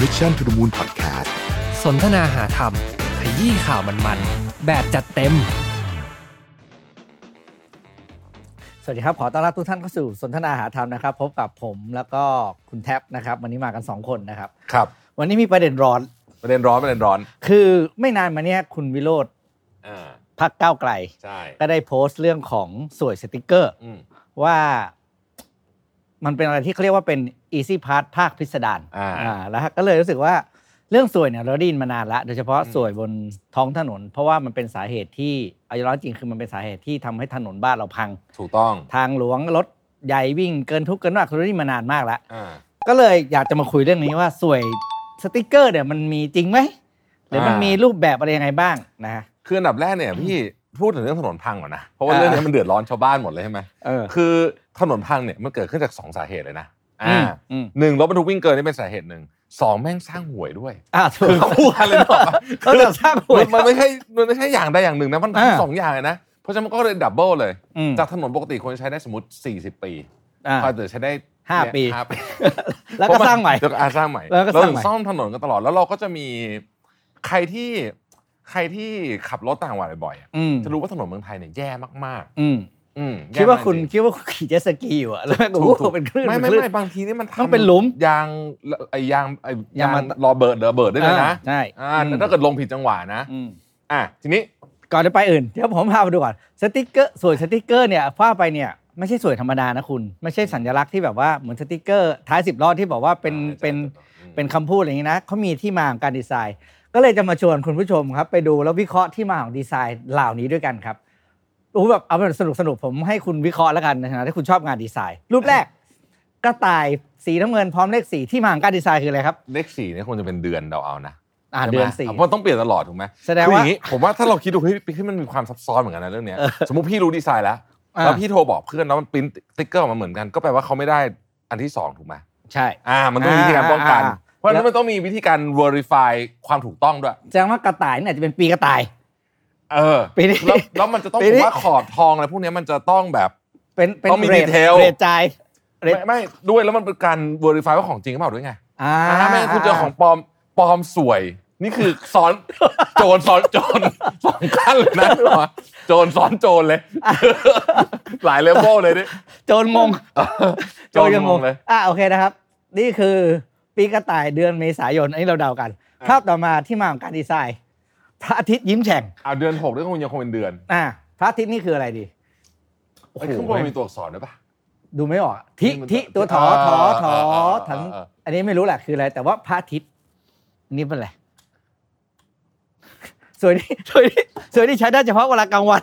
Mission to the Moon Podcast สนทนาหาธรรม ขยี้ข่าวมันๆ แบบจัดเต็ม สวัสดีครับ ขอต้อนรับทุกท่านเข้าสู่สนทนาหาธรรมนะครับ พบกับผมแล้วก็คุณแท็บนะครับ วันนี้มากัน 2 คนนะครับ ครับ วันนี้มีประเด็นร้อน ประเด็นร้อนประเด็นร้อน คือไม่นานมาเนี้ยคุณวิโรธ อ่า พักก้าวไกล ใช่ ก็ได้โพสต์เรื่องของสวยสติกเกอร์ อืม ว่ามันเป็นอะไรที่เขาเรียกว่าเป็น Easy Pass ภาคพิสดาร อ่า อ่าแล้วก็เลยรู้สึกว่าเรื่องสวยเนี่ยเราได้ยินมานานละโดยเฉพาะ อืม สวยบนท้องถนน เพราะว่ามันเป็นสาเหตุที่เอาจารย์จริงคือมันเป็นสาเหตุที่ทำให้ถนนบ้านเราพัง ถูกต้อง ทางหลวงรถใหญ่วิ่งเกินทุกข์เกินมากคือเรื่องนี้มานานมากแล้ว อ่า ก็เลยอยากจะมาคุยเรื่องนี้ว่าสวยสติกเกอร์เนี่ยมันมีจริงไหมหรือมัน อ่ามี มีรูปแบบอะไรยังไงบ้างนะฮะ คืออันดับแรกเนี่ยพี่พูดถึงเรื่องถนนพังก่อนนะเพราะว่า อ่า เรื่องนี้มันเดือดร้อนชาวบ้านหมดเลยใช่ไหม เออ คือถนนพังเนี่ยมันเกิดขึ้นจากสองสาเหตุเลยนะ อื อ่าม อืม หนึ่งรถบรรทุกวิ่งเกินนี่เป็นสาเหตุหนึ่งสองแม่งสร้างหวยด้วย อ่าถูก คือคู่กันเลยเนาะ ก็จะสร้างหวย มันมันไม่ใช่มันไม่ใช่อย่างใดอย่างหนึ่งนะมันทั้ง อ่า สองอย่างเลยนะเพราะฉะนั้นมันก็เลยดับเบิลเลย อืม จากถนนปกติคนใช้ได้สมมติ 40 ปี อ่า พอจะใช้ได้ ห้าปี เนี่ยห้าปี แล้วก็สร้างใหม่ แล้วก็อ่ะสร้างใหม่ แล้วก็สร้างใหม่ เถึซ่อมถนนกันตลอดแล้วเราก็จะมีใครที่ใครที่ขับรถต่างจังหวัดบ่อยๆอ่ะ อืม จะรู้ว่าถนนเมืองไทยเนี่ยแย่มาก อืม ๆ อืม คิดว่าคุณ แย่มก คิดว่าคุณขี่เจ็ตสกีอยู่อะแล้วแม่ง จริ ก็ ง โอ้ ถู โห กๆ เป็นคลื่น ไม่ไม่ เป็นคลื่น ไม่บางทีนี่มันทำ ต้องเป็นหลุม ยางไอ้ยางไอ้ ยาย าง ง มัน รอเบิร์ดเดอเบิร์ดได้วยเลยนะ อ่าใช่ อ่าแต่ถ้าเกิดลงผิดจังหวะนะ อืม อ่ะทีนี้ ก่อนจะไปอื่นเดี๋ยวผมพาไปดูก่อนสติกเกอร์สวยสติกเกอร์เนี่ยว่าไปเนี่ยไม่ใช่สวยธรรมดานะคุณ ไม่ใช่สัญลักษณ์ที่แบบว่าเหมือนสติกเกอร์ท้ายสิบล้อที่บอกว่าเป็น อ่า เป็น อืม เป็นคำพูดอะไรอย่างนี้นะเขามีที่มาของการดีไซน์ ก็เลยจะมาชวนคุณผู้ชมครับ ไปดูแล้ววิเคราะห์ที่มาของดีไซน์เหล่านี้ด้วยกันครับรู้แบบเอาเป็นสนุกสนุกๆผมให้คุณวิเคราะห์แล้วกันในฐานะที่คุณชอบงานดีไซน์ รูปแรกกระต่ายสีน้ำเงินพร้อมเลขสีที่มาของการดีไซน์คืออะไรครับ เลขสี่เนี่ยควรจะเป็นเดือนเราเอานะ อ่า ใช่ไหม เดือนสี่ เพราะต้องเปลี่ยนตลอดถูกไหม แสดง คืออ ว่า ย่างนี้ผมว่าถ้าเราคิดดูเฮ้ยพี่มันมีความซับซ้อนเหมือนกันนะเรื่องเนี้ย เออ สมมติพี่รู้ดีไซน์แล้ว อ่า แล้วพี่โทรบอกเพื่อนแล้วมันปริ้นติ๊กเกอร์ออกมาเหมือนกัน ก็แปลว่าเขาไม่ได้อันที่สองถูกไหม ใช่ อ่า มันต้องมีวิธีการป้องกัน อ่าอ่าอ่า เพราะฉะนั้นมันต้องมีวิธีการ verify ความถูกต้องด้วย แสดงว่ากระต่ายเนี่ยอาจจะเป็นปีกระต่าย เออ ปีนี้ แล้วแล้วมันจะต้อง ปี ผ นี้ มว่าขอบทองอะไรพวกเนี้ยมันจะต้องแบบ เป็นเป็น ต้องมี เรท detail เรทจ่าย เรท ไม่ไม่ด้วยแล้วมันเป็นการ verify ว่าของจริงหรือเปล่าด้วยไง อ่า อ่าไม่งั้นคุณเจอของปลอมปลอมสวย นี่คือซ้อน โจรซ้อนโจร สองขั้นเลยนะนึกออกปะโจรซ้อนโจรเลย หลายเลเวลเลยดิ โจรงง โจรยังงงเลย อ่ะโอเคนะครับ นี่คือปีกระต่ายเดือนเมษายน อันนี้เราเดากันภาพต่อมาที่มาของการดีไซน์ พระอาทิตย์ยิ้มแฉ่ง อ่าเดือนหกนี่คงยังคงเป็นเดือน อ่ะพระอาทิตย์นี่คืออะไรดีโอ้ ไอ้ โห ข้างบนมีตัวอักษรด้วยปะ ดูไม่ออกทิ มัน ทิตัวถอถอถอ เออเออเออ ถัง เออ อันนี้ไม่รู้แหละคืออะไร แต่ว่าพระอาทิตย์อันนี่เป็นอะไรสวยนี่สวยนี่สวยนี่ใช้ได้เฉพาะเวลากลางวัน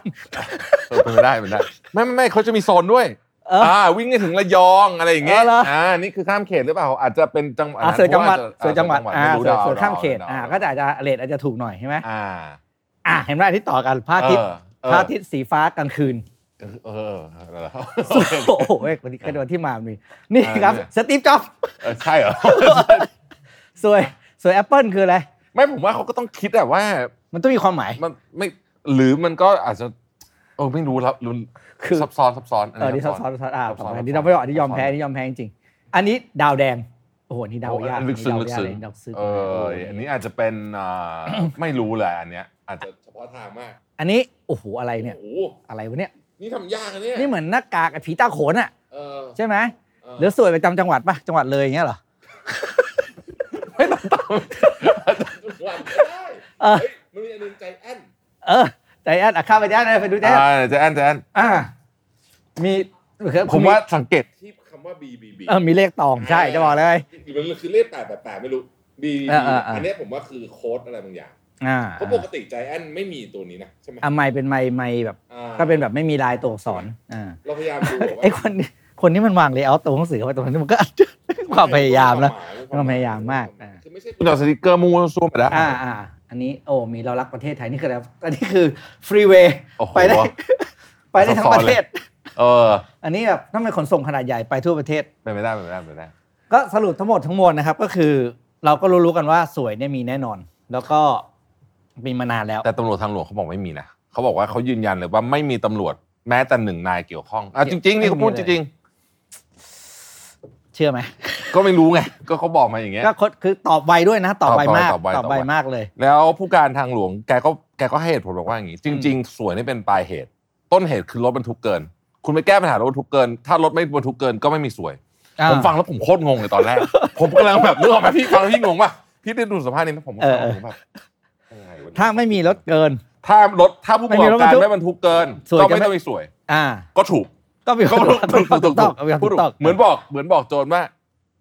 เออเป็นไปได้เป็นไปได้ไม่ไม่ไม่เขาจะมีโซนด้วย เอออ่ ่าวิ่งให้ถึงระยองอะไรอย่างเงี้ย เออเหรอออ่่านี่คือข้ามเขตหรือเปล่าอาจจะเป็นจังหวัด อ่ะสวยจังหวัด เพ สวย ราะา จังหวัดอ่า ไม่รู้ สวย ด สวยข้ามเขต ด อ่าก็จะอาจจะเลทอาจจะถูกหน่อยใช่ไหม อ่า อ่ะเห็นไหมที่ต่อกันพระอาทิตย์ เออเออ พระอาทิตย์สีฟ้ากลางคืน เออเออ โอ้โหเว้ยวันนี้กระโดดที่มามีนี่ อ่า ครับ เนี่ย สตีฟจ็อบส์ เออใช่เหรอ สวยสวยแอปเปิลคืออะไร ไม่ผมว่าเขาก็ต้องคิดอะว่า มันต้องมีความหมาย มันไม่หรือมันก็อาจจะเออไม่รู้ครับรุน คือ ซับซ้อนซับซ้อน เออนี่ซับซ้อนซับซ้อนอ่า ซับซ้ต่ออน ไปนี่เราไม่ยอมนี่ยอมแพ้นี่ยอมแพ้จริงๆอันนี้ดาวแดง โอ้โหนี่ดา โอ้ วยาก อันลึกซึ้งลึกซึ้ง ดาวซึ้ง เอออันนี้อาจจะเป็นอ่ าไม่รู้แหละอันเนี้ย อาจจะเฉพาะทางมาก อันนี้โอ้โหอะไรเนี่ย โอ้ อะไรวะเนี่ย นี่ทำยากนะเนี่ย นี่เหมือนหน้ากากไอ้ผีตาโขนอ่ะ เออ ใช่ไหม เออ หรือสวยประจำจังหวัดปะจังหวัดเลยอย่างเงี้ยเหรอ ไม่ต้องตาม เออ มันมีอันนึงใจแอน เออใจแอนอ่ะข้ามไปใจแอนไปดูใจ อ่ แอนา ใจแอนใจแอน อ่ามี ผมว่าสังเกต ที่คำว่า B B B เออมีเลขตองใช่จะบอกเลย มันคือเลขแปดแปดแปดไม่รู้ B B อ่าอ่าอ่า อันเนี้ยผมว่าคือโค้ดอะไรบางอย่าง อ่า เพราะปกติใจแอนไม่มีตัวนี้นะ ใช่ไหม อ่ะไม่เป็นไม่ไม่แบบ อ่า ก็เป็นแบบไม่มีลายตัวอักษรอ่า เราพยายามดูแบบว่า ไอ้คนนี้คนนี้มันวางเลเยอร์ตัวหนังสือไว้ตรงนั้นมันก็ ความพยายามแล้ว ความพยายามมากอ่า คือไม่ใช่ คุณเอาสติกเกอร์มูซูมไปได้ อ่าอ่าอันนี้โอ้มีเรารักประเทศไทยนี่คืออะไรอันนี้คือฟรีเวย์ โอ้โห ไปได้ ไปได้ทั้ง ซับซ้ ป อน ระเทศ เออ อันนี้แบบต้องเป็นขนส่งขนาดใหญ่ไปทั่วประเทศ เป็นไปได้เป็นไปได้เป็นไปได้ ก็สรุปทั้งหมดทั้งมวลนะครับ ก็คือเราก็รู้ๆกันว่าสวยเนี่ยมีแน่นอน แล้วก็มีมานานแล้ว แต่ตำรวจทางหลวงเขาบอกไม่มีนะเขาบอกว่าเขายืนยันเลยว่าไม่มีตำรวจแม้แต่หนึ่งนายเกี่ยวข้องอ่ะจริง ๆ นี่เขาพูดจริง เชื่อไหม ก็ไม่รู้ไง ก็เขาบอกมาอย่างเงี้ย ก็คดคือตอบไวด้วยนะ ตอบไวมาก ตอบไว ต ต อ อ บบ ไว ไวมากเลย แล้วผู้การทางหลวงแกก็แกก็ให้เหตุผลบอกว่าอย่างนี้ จริง ๆ สวยนี่เป็นปลายเหตุ ต้นเหตุคือรถบรรทุกเกิน คุณไปแก้ปัญหารถบรรทุกเกิน ถ้ารถไม่บรรทุกเกินก็ไม่มีสวย ผมฟังแล้วผมโคตรงงเลยตอนแรก ผมกำลังแบบนึกออกไหมพี่ฟังแล้วพี่งงป่ะพี่ได้ดูสัมภาษณ์นี้ไหมผม เออ ผมแบบยังไงวะเนี่ย ถ้าไม่มีรถเกิน ถ้ารถถ้าผู้ประกอบการไม่บรรทุกเกิน สวย ก็ จะ ไม่ ไม่ ต้องมีสวย อ่า ก็ถูก ก็ มี ก็ถูกถูกถูกถูก ต้ ถู อกงถูกต้อง เหมือนบอกเหมือนบอกโจรว่า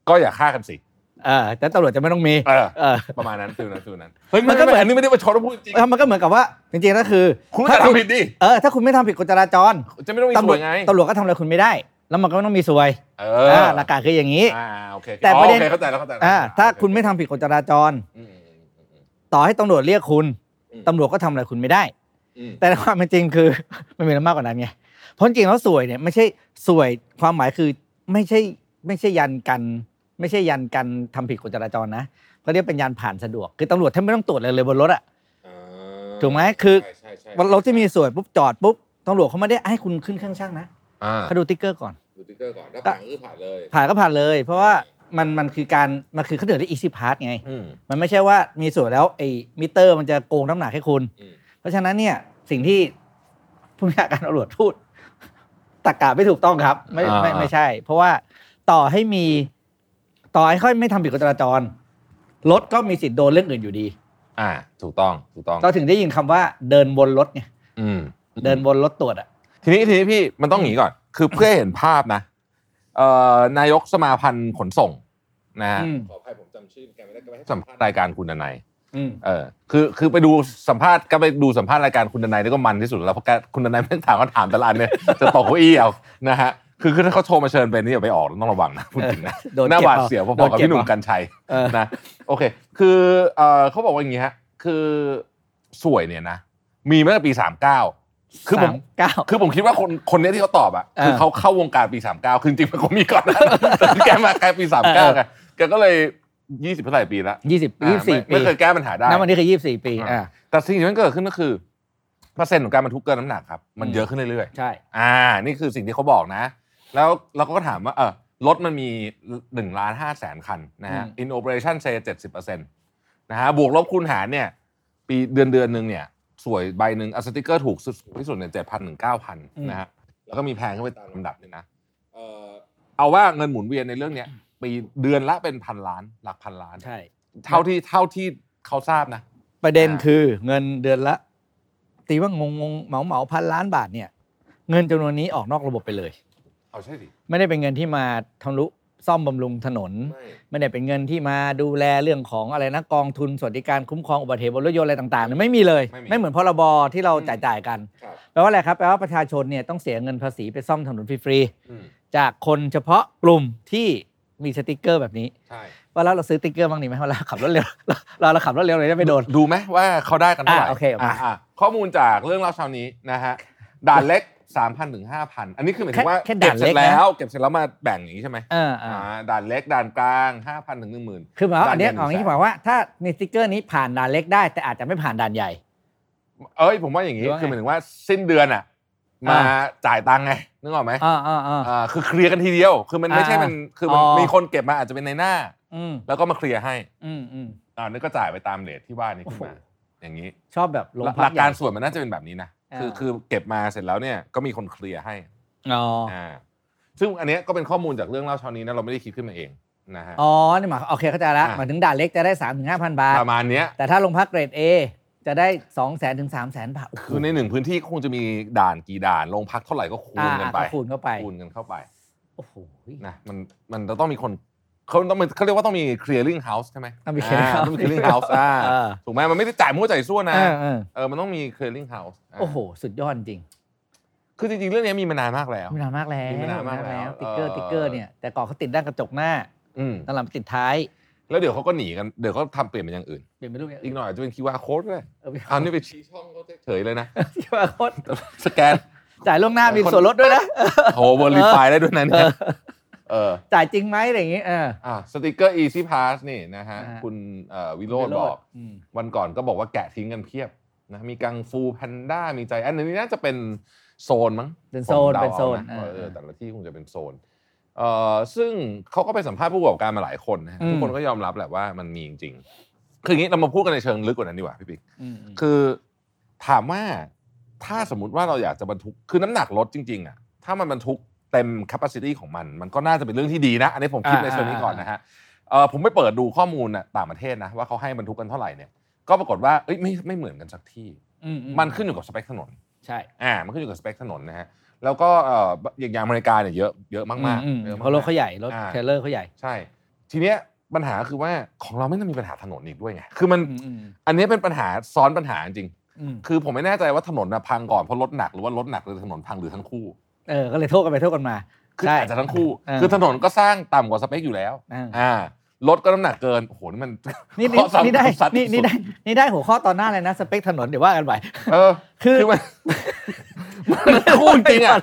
ก็อย่าฆ่ากันสิ เออแต่ตำรวจจะไม่ต้องมี เออ เออ ประมาณนั้นฟิลนั้นฟิลนั้นเฮ้ย มั มัน น ก็ ก็ เห เหมือน นอันมือนี้ไม่ได้ประชดนะพูดจริง แล้วมันก็เหมือนกับว่าจริงๆก็คือ คุณก็ทำผิดดิ เออถ้าคุณไม่ทำผิดกฎจราจร จะไม่ต้องมีสตำรว ว จ ยไง ตำรวจก็ทำอะไรคุณไม่ได้ แล้วมันก็ไม่ต้องมีสวย เออ หลักการคืออย่างนี้ อ่าโอเค แต่ประเด็น อ๋อโอเคเข้าใจแล้วเข้าใจแล้ว อ่าถ้าคุณไม่ทำผิดกฎจราจร อืมอืมอืมอืม ต่อให้ตำรวจเรียกคุณ อืม ตำรวจก็ทำอะไรคุณไม่ได้ อืม แต่ในความเป็นจริงคือ มันมีอะไรมากกว่านั้นไงเพราะจริงๆแล้วสวยเนี่ยไม่ใช่สวยความหมายคือไม่ใช่ไม่ใช่ยันกัน ไม่ใช่ยันกันทำผิดกฎจราจรนะเขาเรียกเป็นยันผ่านสะดวก คือตำรวจแทบไม่ต้องตรวจอะไรเลยบนรถอะ อ่า ถูกไหมคือ ใช่ใช่ใช่ วันรถที่มีสวยปุ๊บจอดปุ๊บตำรวจเขาไม่ได้ให้คุณขึ้นเครื่องช่างนะ อ่า เขาดูติ๊กเกอร์ก่อน ดูติ๊กเกอร์ก่อนถ้าผ่านก็คือผ่านเลย ผ่านก็ผ่านเลย เพราะว่ามันมันคือการมันคือเขาเดือดได้อีซี่พาสไง อืม มันไม่ใช่ว่ามีส่วนแล้วไอ้มิเตอร์มันจะโกงน้ำหนักให้คุณ อืม เพราะฉะนั้นเนี่ยสิ่งที่ผู้บัญชาการตำรวจพูดตากกาไม่ถูกต้องครับ ไม่ไม่ไม่ใช่ เพราะว่าต่อให้มีต่อให้ค่อยไม่ทำผิดกฎจราจรรถก็มีสิทธิ์โดนเรื่องอื่นอยู่ดี อ่า ถูกต้องถูกต้อง เราถึงได้ยินคำว่าเดินบนรถไง อืม เดินบนรถตรวจอ่ะ ทีนี้ทีนี้พี่มันต้องหนีก่อน คือเพื่อให้เห็นภาพนะเอ่อนายกสมาพันธ์ขนส่งนะฮะ อืม ขออภัยผมจำชื่อแกไม่ได้แกไม่ให้ สัมภาษณ์รายการคุณดนัย อืม เออคือคือไปดูสัมภาษณ์ก็ไปดูสัมภาษณ์รายการคุณดนัยนี่ก็มันที่สุดแล้วเพราะแกคุณดนัยไม่งถามก็ถามแต่ละอันเนี่ย จะตกเก้าอี้เอานะฮะคือคือถ้าเขาโทรมาเชิญไปนี่อย่าไปออกต้องระวังนะพูดจริงนะ โดน หน้า เจ็ ห บ วาด อ เสียวพ โด อๆกับ เจ็บ พี่หนุ่ม เอา กัญชัย เออ นะโอเค คือเออเขาบอกว่าอย่างงี้ฮะคือสวยเนี่ยนะมีมาตั้งแต่ปีสามเก้าคือผ สาม มเก้า คือผมคิดว่าคนคนเนี้ยที่เขาตอบอ่ะ เออ คือเขาเข้าวงการปี 39 คือจริงๆมันก็มีก่อนนะ แต่แกมาแกปี เออ 39ไงแกก็เลย 20เท่าไหร่ปีละ ยี่สิบ อ่า ยี่สิบสี่ ไม่ ปี ไม่เคยแก้ปัญหาได้ นั่นวันนี้คือยี่สิบสี่ปี อ่า อ่า แต่สิ่งที่มันเกิดขึ้นก็คือเปอร์เซ็นต์ของการบรรทุกเกินน้ำหนักครับ มัน อืม เยอะขึ้นเรื่อย ใช่ ๆ อ่า นี่คือสิ่งที่เขาบอกนะ แล้วเราก็ถามว่าเออรถมันมี1ล้าน5แสนคันนะฮะ อืม in operation say 70%นะฮะบวกลบคูณหารเนี่ยปีเดือนเดือนหนึ่งเนี่ยสวยใบหนึ่งอะสติกเกอร์ถูกสุดที่สุดเนี่ย7,000ถึง9,000นะฮะ แล้วก็มีแพงขึ้นไปตามลำดับเลยนะ เอ่อ เอาว่าเงินหมุนเวียนในเรื่องเนี้ยปีเดือนละเป็นพันล้าน หลักพันล้าน ใช่ เท่าที่เท่าที่เขาทราบนะ ประเด็น อ่า คือเงินเดือนละ ตีว่างงงๆเหมาเหมาพันล้านบาทเนี่ย เงินจำนวนนี้ออกนอกระบบไปเลย เอาใช่สิ ไม่ได้เป็นเงินที่มาทำรุซ่อมบำรุงถนน ไม่ ไม่ได้เป็นเงินที่มาดูแลเรื่องของอะไรนะกองทุนสวัสดิการคุ้มครองอุบัติเหตุบนรถยนต์อะไรต่างๆเนี่ยไม่มีเลย ไม่เหมือนพรบที่เราจ่ายจ่ายๆกัน ครับ แปลว่าอะไรครับแปลว่าประชาชนเนี่ยต้องเสียเงินภาษีไปซ่อมถนนฟรี อืม ๆจากคนเฉพาะกลุ่มที่มีสติกเกอร์แบบนี้ ใช่ ว่าแล้วเราซื้อสติ๊กเกอร์บ้างดีไหมเวลาขับรถเร็ว เราเราเราขับรถเร็วเลยได้ไม่โดน ดูไหมว่าเขาได้กันเท่าไหร่ อ่ะโอเคโอเค ะอ่ะข้อมูลจากเรื่องเล่าเช้านี้นะฮะด่านเล็ก 3,000ถึง5,000 อันนี้คือหมายถึงว่า แค่แค่ด่าน บเสร็ เล็จกนะ แล้วเก็บเสร็จแล้วมาแบ่งอย่างนี้ใช่ไหม เออเออ อ่าด่านเล็กด่านกลาง 5,000ถึง10,000 คือหมายว่าอันเนี้ย ด่านใหญ่ ขอหงนึ่ นี้ งแสนหมายว่าถ้ามีสติกเกอร์นี้ผ่านด่านเล็กได้ แต่อาจจะไม่ผ่านด่านใหญ่ เอ้ยผมว่าอย่างนี้ หรือว่าไง คือหมายถึงว่าสิ้นเดือนอ่ะมา อ่า จ่ายตังค์ไงนึกออกไหม อ่าอ่าอ่า อ่าคือเคลียร์กันทีเดียว คือมันไม่ใช่มัน อ่า คือมัน อ๋อ มีคนเก็บมาอาจจะเป็นในหน้า อืม แล้วก็มาเคลียร์ให้ อืมอืม อ่านี่ก็จ่ายไปตามเลทที่ว่านี้ขึ้นมา โอ้โห อย่างนี้ ชอบแบบลง ห พั ลั ก ก ใหญ่ การส่วนมันน่าจะเป็นแบบนี้นะ อ่า คือคือเก็บมาเสร็จแล้วเนี่ยก็มีคนเคลียร์ให้ อ๋อ อ่า ซึ่งอันเนี้ยก็เป็นข้อมูลจากเรื่องเล่าเช้านี้นะเราไม่ได้คิดขึ้นมาเองนะฮะ อ๋อนี่หมายโอเคเข้าใจละ อ่ะ หมายถึงด่านเล็กจะได้สามถึงห้าพันบาท ประมาณเนี้ย แต่ถ้าลงพักเกรด A จะได้สองแสนถึงสามแสนบาทโโห คือในหนึ่งพื้นที่คงจะมีด่านกี่ด่านโรงพักเท่าไหร่ก็คูณกันไป อ่าคูณเข้าไป คูณกันเข้าไป โอ้โห นะ มันมันจะต้องมีคนเขาต้องมีเขาเรียกว่าต้องมี clearing house ใช่ไหม ต้องมี clearing house าต้องมี clearing house อ่า เออ ถูกไหมมันไม่ได้จ่ายมั่วจ่ายซั่วนะ เออเออ เออ มันต้องมี clearing house อ่ะ โอ้โห สุดยอดจริง คือจริงๆ เรื่องนี้มีมานานมากแล้ว มีนานมากแล้ว มีมานานมากแล้ว สติ๊กเกอร์ เออ สติ๊กเกอร์เนี่ยแต่ก่อนเขาติดด้านกระจกหน้า อืม ตอนหลังติดท้าย แล้วเดี๋ยวเขาก็หนีกัน เดี๋ยวเขาทำเปลี่ยนเป็นอย่างอื่น เปลี่ยนเป็นรูปอย่าง อี อื่ ก น หน่อยจะเป็นคิวอาร์โค้ดเลย เออไม่ เอา เอา นี่ไปชี้ ชี้ช่องก็จะ เฉยเลยนะ ที่ว่าโคตร สแกน จ่ายล่วงหน้ามีส่วนลดด้วยนะ โหเวอร์ลีไฟได้ด้วยนะเนี่ยเออ จ่ายจริงไหมอะไรอย่างงี้เออ อ่ะสติกเกอร์ easy pass นี่นะฮะ อ่า คุณเอ่อวิโรจน์บอก อืม วันก่อนก็บอกว่าแกะทิ้งกันเพียบนะ มีกังฟูแพนด้า มีใจ อันนี้น่าจะเป็นโซนมั้ง เป็นโซน ผมดา เป็นโซน อาะว่าเอ เออ อแต่ละที่คงจะเป็นโซน เอ่อซึ่งเขาก็ไปสัมภาษณ์ผู้ประกอบการมาหลายคนนะฮะ อืม ทุกคนก็ยอมรับแหละว่ามันมีจริงๆคืออย่างนี้เรามาพูดกันในเชิงลึกกว่านั้นดีกว่าพี่ปิ๊ก คือถามว่าถ้าสมมติว่าเราอยากจะบรรทุกคือน้ำหนักรถจริงๆอ่ะถ้ามันบรรทุกเต็ม capacity ของมัน มันก็น่าจะเป็นเรื่องที่ดีนะ อันนี้ผมคิด อ่า ในเชิงนี้ก่อน อ่า นะฮะเอ่อผมไปเปิดดูข้อมูลน่ะต่างประเทศนะว่าเขาให้บรรทุกกันเท่าไหร่เนี่ยก็ปรากฏว่าเอ้ยไม่ไม่เหมือนกันสักที่ มันขึ้นอยู่กับสเปคถนน ใช่ อ่ามันขึ้นอยู่กับสเปคถนนนะฮะแล้วก็เอ่ออย่างอย่างอเมริกาเนี่ยเยอะเยอะมาก อืม ๆเยอะมากๆ เพราะรถเขาใหญ่ รถ อ่า เทรลเลอร์เขาใหญ่ ใช่ ทีเนี้ยปัญหาคือว่าของเราไม่ได้มีปัญหาถนนอีกด้วยไงคือมัน อืม อันเนี้ยเป็นปัญหาซ้อนปัญหาจริง อืม คือผมไม่แน่ใจว่าถนนน่ะพังก่อนเพราะรถหนักหรือว่ารถหนักหรือถนนพังหรือทั้งคู่ เออ ก็เลยโทษกันไปโทษกันมา คือ ใช่ อาจจะทั้งคู่ เออ คือถนนก็สร้างต่ำกว่าสเปคอยู่แล้ว อ่า อ่ารถก็น้ำหนักเกินโอ้โหนี่มัน นี่ ข้อสำคัญ นี่ได้ สัตว์ นี่นี่ สุด ได้นี่ได้หัวข้อตอนหน้าเลยนะ สเปคถนนเดี๋ยวว่ากันไป เออ คือ คือมัน มัน ทั้งคู่จริงอ่ะ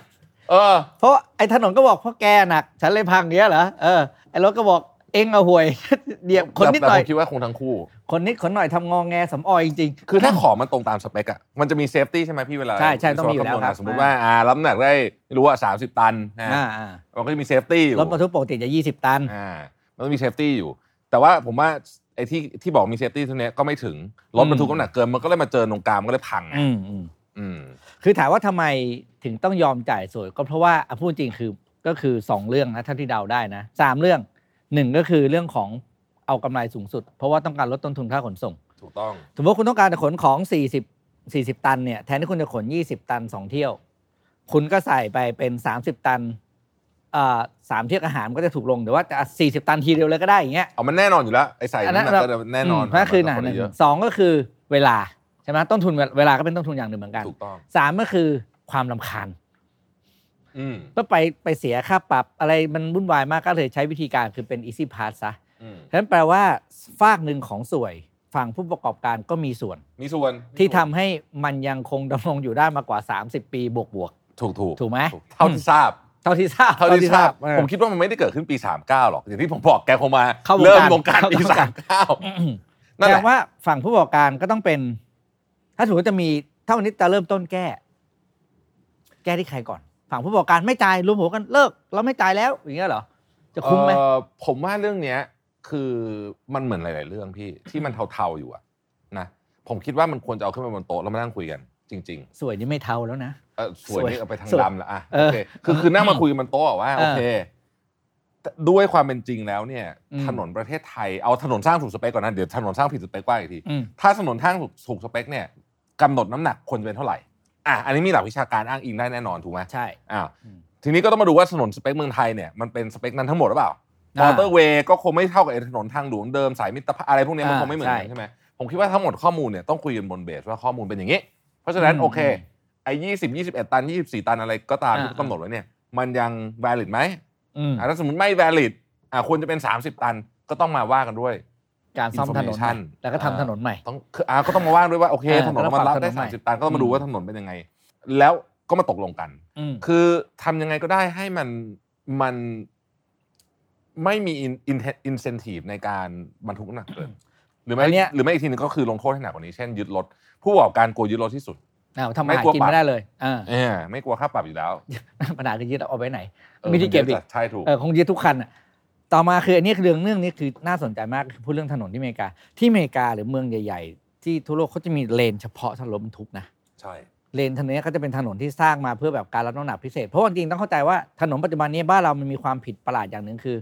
เออ เพราะไอ้ถนนก็บอกเพราะแกหนัก ฉันเลยพังเงี้ยเหรอเออไอ้รถก็บอกเองเอาห่วย เดียบคนนิดหน่อย แต่ผมคิดว่าคงทั้งคู่ คนนิดคนหน่อยทำงองแงสำออยจริง คือถ้าของมันตรงตามสเปคอะมันจะมีเซฟตี้ใช่ไหมพี่เวลา ใช่ใช่ต้องมีอยู่แล้ว ศกร ครับ กำนดะสมมติว่าอ่ารับน้ำหนักได้ไม่รู้ว่าสามสิบตันนะ ๆอ่าอ่า มันก็จะมีเซฟตี้อยู่ รถบรรทุกปกติจะยี่สิบตัน อ่ามันต้องมีเซฟตี้อยู่ แต่ว่าผมว่าไอ้ที่ที่บอกมีเซฟตี้ตัวเนี้ยก็ไม่ถึง รถบรรทุกน้ำหนักเกินมันก็เลยมาเจอตรงกลางมันก็เลยพังไง อืมอืม อืม คือถามว่าทำไมถึงต้องยอมจ่ายสวยก็เพราะว่าอ่ะพูดจริงคือก็คือ 2 เรื่องนะเท่าที่เดาได้นะสามเรื่องหนึ่งก็คือเรื่องของเอากำไรสูงสุด เพราะว่าต้องการลดต้นทุนค่าขนส่ง ถูกต้อง สมมติว่าคุณต้องการจะขนของ 40 40 ตันเนี่ยแทนที่คุณจะขน 20 ตัน 2 เที่ยว คุณก็ใส่ไปเป็น 30 ตันเอ่อสามเที่ยวอาหารก็จะถูกลงแต่ว่าจะ40 ตันทีเดียวเลยก็ได้อย่างเงี้ย เอามันแน่นอนอยู่แล้ว ไอ้ใส่น้ำหนักก็แน่นอน มเพราะคือหนาห มั นึ่ง เยอะ สองก็คือเวลาใช่ไหมต้นทุนเวลาเวลาก็เป็นต้นทุนอย่างหนึ่งเหมือนกัน ถูกต้อง สามก็คือความลำคาญ อืม ก็ไปไปเสียค่าปรับอะไรมันวุ่นวายมากก็เลยใช้วิธีการคือเป็น easy pass ซะ อืม ฉะนั้นแปลว่าฝากหนึ่งของสวย ฝั่งผู้ประกอบการก็มีส่วน มีส่วน ที่ทำให้มันยังคงดำรงอยู่ได้มากกว่า 30 ปีบวกบวก ถูกถูก ถูกไหม เท่าที่ทราบ ๆเท่าที่ทราบ เท่าที่ทราบ เออ ผมคิดว่ามันไม่ได้เกิดขึ้นปี 39 หรอก อย่างที่ผมบอกแกคงมา เข้าวงการ เริ่มวงการปี เข้าวงการ 39 นั่น แป แห ล ละ ว่าฝั่งผู้ประกอบการก็ต้องเป็น ถ้าถือว่าจะมีถ้าวันนี้จะเริ่มต้นแก้ แก้ที่ใครก่อน ฝั่งผู้ประกอบการไม่จ่ายรวมหัวกันเลิกเราไม่จ่ายแล้วอย่างเงี้ยเหรอจะคุ้มไหม เอ่อผมว่าเรื่องเนี้ยคือมันเหมือนหลาย ๆ เรื่องพี่ที่มันเทา ๆ อยู่อะนะผมคิดว่ามันควรจะเอาขึ้นมาบนโต๊ะแล้วมานั่งคุยกัน จริง ๆ สวยนี่ไม่เท่าแล้วนะ เอ่อสวย สวย นี่เอาไปทาง สวย ดำละอ่ะ เอ โอ อ เคคือคือนั่งมาคุยกันบนโต๊ะอะว่า เออ โอเคแต่ด้วยความเป็นจริงแล้วเนี่ย อืม ถนนประเทศไทยเอาถนนสร้างถูกสเปคก่อนนะเดี๋ยวถนนสร้างผิดสเปคว่าอีกที อืม ถ้าถนนสร้างถูกสเปคเนี่ยกำหนดน้ำหนักควรจะเป็นเท่าไหร่อ่ะอันนี้มีหลักวิชาการอ้างอิงได้แน่นอนถูกไหม ใช่ อ่าว อืม ทีนี้ก็ต้องมาดูว่าถนนสเปคเมืองไทยเนี่ยมันเป็นสเปคนั้นทั้งหมดหรือเปล่า อ่าม อเตอร์เวย์ก็คงไม่เท่ากับไอ้ถนนทางหลวงเดิมสายมิตรภาพอะไรพวกเนี้ยมัน อ่า คงไม่เหมือนกั ใช่ นใช่ไหมผมคิดว่าทั้งหมดข้อมูลเนี่ยต้องคุยกันบนเบสว่าข้อมูลเป็นอย่างนี้ เพราะฉะนั้น อืม โอเค ไอ้ยี่สิบยี่สิบเอ็ดตันยี่สิบสี่ตันอะไรก็ตาม อ่า ที่กำหนดไว้เนี่ย มันยัง valid ไหม อืม อ่ะถ้าสมมติไม่ valid อ่ะควรจะเป็น 30 ตันก็ต้องมาว่ากันด้วย การซ่อมถนน Information แล้วก็ทำ อ่า ถนนใหม่ ต้องคืออ่ะก็ต้องมาว่าด้วยว่าโอเค อ่า ถนน ก็ต้อง มันรับ ปรับ ได้ ถนนใหม่ 30 ตันก็ต้องมาดูว่าถนนเป็นยังไง แล้วก็มาตกลงกัน อืม คือทำยังไงก็ได้ให้มันมันไม่มีอินอินเซนティในการบรรทุกน้ำหนักเกินหรือไม่ อันเนี้ย หรือไม่อีกทีหนึงก็คือลงโทษให้หนักกว่านี้เช่นยึดรถผู้ประกอบการกลัวยึดรถที่สุด อ้าวทำ ไม่ อาหากรลัว กิน ปรับ ไม่ได้เลยอ่า เออไม่กลัวค่าปรับอยู่แล้ว ปัญหาคือยึดเอาไปไหน ออ มีที่เก็บอีก ใช่ถูก เออคงยึดทุกคันอ่ะ ต่อมาคืออันนี้คือเรื่องเรื่องนี้คือน่าสนใจมากคือพูดเรื่องถนนที่อเมริกา ที่อเมริกาหรือเมืองใหญ่ ๆ ที่ทั่วโลกเขาจะมีเลนเฉพาะสำหรับรถบรรทุกนะ ใช่ เลนถนนเนี้ก็จะเป็นถนนที่สร้างมาเพื่อแบบการรับน้ำหนักพิเศษ เพราะว่าจริงๆต้องเข้าใจว่าถนนปัจจุบันนี้บ้านเรามันมีความผิดประหลาดอย่างหนึ่งคือ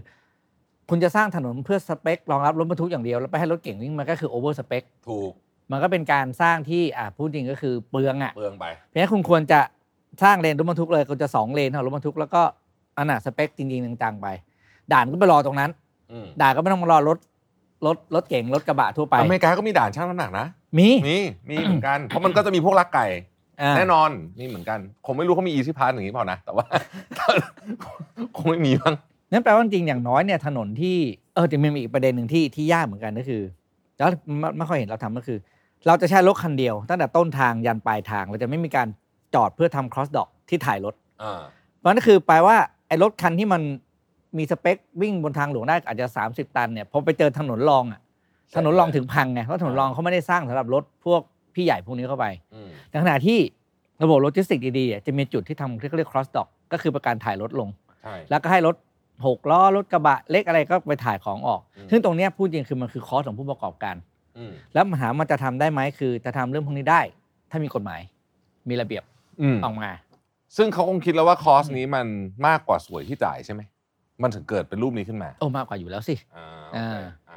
คุณจะสร้างถนนเพื่อสเปครองรับรถบรรทุกอย่างเดียวแล้วไปให้รถเก่งวิ่งมันก็คือโอเวอร์สเปค ถูก มันก็เป็นการสร้างที่อ่ะพูดจริงก็คือเปลืองอ่ะ เปลืองไป เพราะฉะนั้นคุณควรจะสร้างเลนรถบรรทุกเลยคุณจะสองเลนของรถบรรทุกแล้วก็อันน่ะสเปคจริงๆต่างๆไป ด่านก็ไปรอตรงนั้น อืม ด่านก็ไม่ต้องมารอรถรถรถเก๋งรถกระบะทั่วไป อเมริกาก็มีด่านช่างน้ำหนักนะ มี มีมีเหมือนกัน เพราะมันก็จะมีพวกลักไก่ า แน่นอนมีเหมือนกัน คงไม่รู้เขามีอีซี่พาร์อย่างนี้เปล่านะ แต่ว่า คงไม่มีบ้าง นั่นแปลว่าจริงๆอย่างน้อยเนี่ยถนนที่เออแต่มันมีอีกประเด็นหนึ่งที่ที่ยากเหมือนกันก็คือแล้วไม่ไม่ค่อยเห็นเราทำก็คือ เราจะใช้รถคันเดียว ตั้งแต่ต้นทางยันปลายทางเราจะไม่มีการจอดเพื่อทำ cross dock ที่ถ่ายรถ อ่า มันก็คือแปลว่าไอ้รถคันที่มันมีสเปควิ่งบนทางหลวงได้อาจจะ 30 ตันเนี่ยพอไปเจอถนนรองอ่ะถนนรองถึงพังไงเพราะถนนรองเขาไม่ได้สร้างสำหรับรถพวกพี่ใหญ่พวกนี้เข้าไป อืม ในขณะที่ระบบโลจิสติกส์ดีๆอ่ะจะมีจุดที่ทำที่เขาเรียก cross dock ก็คือประการถ่ายรถลง ใช่ แล้วก็ให้รถ หกล้อรถกระบะเล็กอะไรก็ไปถ่ายของออก อืม ซึ่งตรงเนี้ยพูดจริงคือมันคือคอสของผู้ประกอบการ อืม แล้วมหามว่าจะทำได้ไหมคือจะทำเรื่องพวกนี้ได้ ถ้ามีกฎหมาย มีระเบียบ อืม ออกมา ซึ่งเขาคงคิดแล้วว่าคอสนี้มันมากกว่าสวยที่จ่ายใช่ไหมมันถึงเกิดเป็นรูปนี้ขึ้นมา โอ้มากกว่าอยู่แล้วสิ อ่า อ่า โอเคอ่า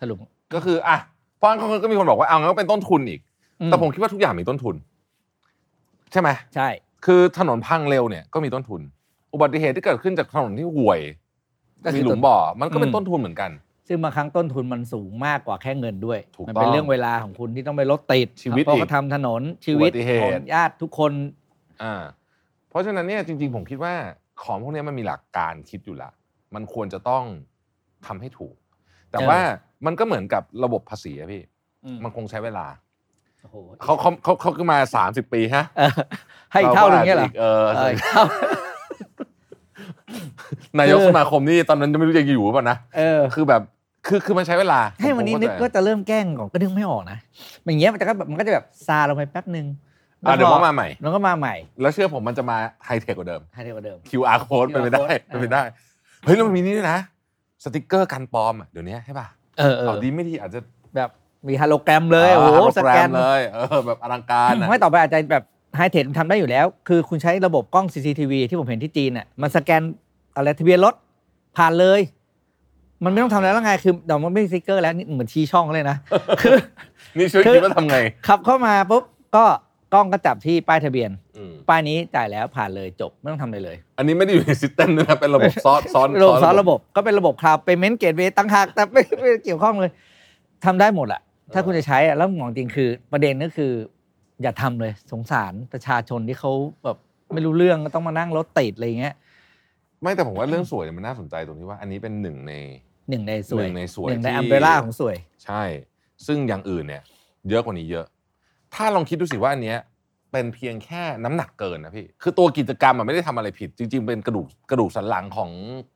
สรุป ก็คืออ่ะฟังคนก็มีคนบอกว่าเอางั้นก็เป็นต้นทุนอีก อื แต่ผมคิดว่าทุกอย่างมีต้นทุน ใช่ไหม ใช่ คือถนนพังเร็วเนี่ยก็มีต้นทุน อุบัติเหตุที่เกิดขึ้นจากถนนที่ห่วยมีหลุมบ่อ มันก็เป็นต้นทุนเหมือนกัน ซึ่งบางครั้งต้นทุนมันสูงมากกว่าแค่เงินด้วย ถูก มั ต้อง เป็นเรื่องเวลาของคุณที่ต้องไปรถติด ชีวิต เพราะ อีก เขาทำถนนชีวิต อุบัติเหตุ ของญาติทุกคน อ่าเพราะฉะนั้นเนี่ยจริง ๆ ผมคิดว่าของพวกเนี้ยมันมีหลักการคิดอยู่ละ มันควรจะต้องทำให้ถูก แต่ เออ ว่ามันก็เหมือนกับระบบภาษีอะพี่ มันคงใช้เวลา โอ้โห เขาเขาเขาเขาขึ้นมา 30 ปีฮะ เออให้อีกเท่าหนึ่งเงี้ยเหรอ เออ เอออีกเท่า นายก เออ สมาคมนี่ตอนนั้นจะไม่รู้ยังอยู่หรือเปล่านะ เออ คือแบบคือคือมันใช้เวลา ให้วันนี้นึก ผมเข้าใจ ว่าจะเริ่มแกล้งก่อนก็นึกไม่ออกนะอย่างเงี้ยมันจะก็แบบมันก็จะแบบซาลงไปแป๊บนึง อ่ะเดี๋ยวมันมาใหม่ แล้วก็มาใหม่ แล้วเชื่อผมมันจะมาไฮเทคกว่าเดิม ให้เร็วกว่าเดิม QR code เป็นไปได้ code เป็นไปได้ เฮ้ยแล้วมันมีนี่ด้วยนะ สติกเกอร์กันปลอมอ่ะเดี๋ยวนี้ใช่ป่ะ เออเออ เอาดีไม่ดีอาจจะ แบบมีฮัลโลแกรมเลยาโอ้โห หาโป ส รกร แก ม น เลยเออแบบอลังการอะ ไม่ต่อไปอาจจะแบบไฮเทคทำได้อยู่แล้ว คือคุณใช้ระบบกล้อง CCTV ที่ผมเห็นที่จีนน่ะมันสแกนอะไรทะเบียนรถผ่านเลย มันไม่ต้องทำอะไรแล้วไงคือเดี๋ยวมันไม่มีสติกเกอร์แล้วนี่เหมือนชี้ช่องเลยนะ คือ นี่ช่วย คือ คิดว่าทำไง ขับเข้ามาปุ๊บก็กล้องก็จับที่ป้ายทะเบียน อืม ป้ายนี้จ่ายแล้วผ่านเลยจบไม่ต้องทำอะไรเลย อันนี้ไม่ได้อยู่ในซิสเต็มด้วยนะเป็นระบบซ้อนซ้อน ระบบซ้อนระบบก็เป็นระบบคลาวด์เปเมนต์เกตเวย์ตั้งหากแต่ไม่ไม่เกี่ยวข้องเลยทำได้หมดแหละถ้าคุณจะใช้อะแล้วหมองจริงคือ ประเด็นก็คือ อย่าทำเลยสงสารประชาชนที่เขาแบบไม่รู้เรื่องก็ต้องมานั่งรถติดอะไรอย่างเงี้ย ไม่แต่ผมว่าเรื่องสวยเนี่ยมันน่าสนใจตรงที่ว่า อันนี้เป็นหนึ่งใน หนึ่งในสวย หนึ่งในสวย หนึ่งใน ที่ อัมเบร่าของสวย ใช่ ซึ่งอย่างอื่นเนี่ย เยอะกว่านี้เยอะ ถ้าลองคิดดูสิว่าอันเนี้ยเป็นเพียงแค่น้ำหนักเกินนะพี่ คือตัวกิจกรรมมันไม่ได้ทำอะไรผิด จริง ๆ เป็นกระดูกกระดูกสันหลังของ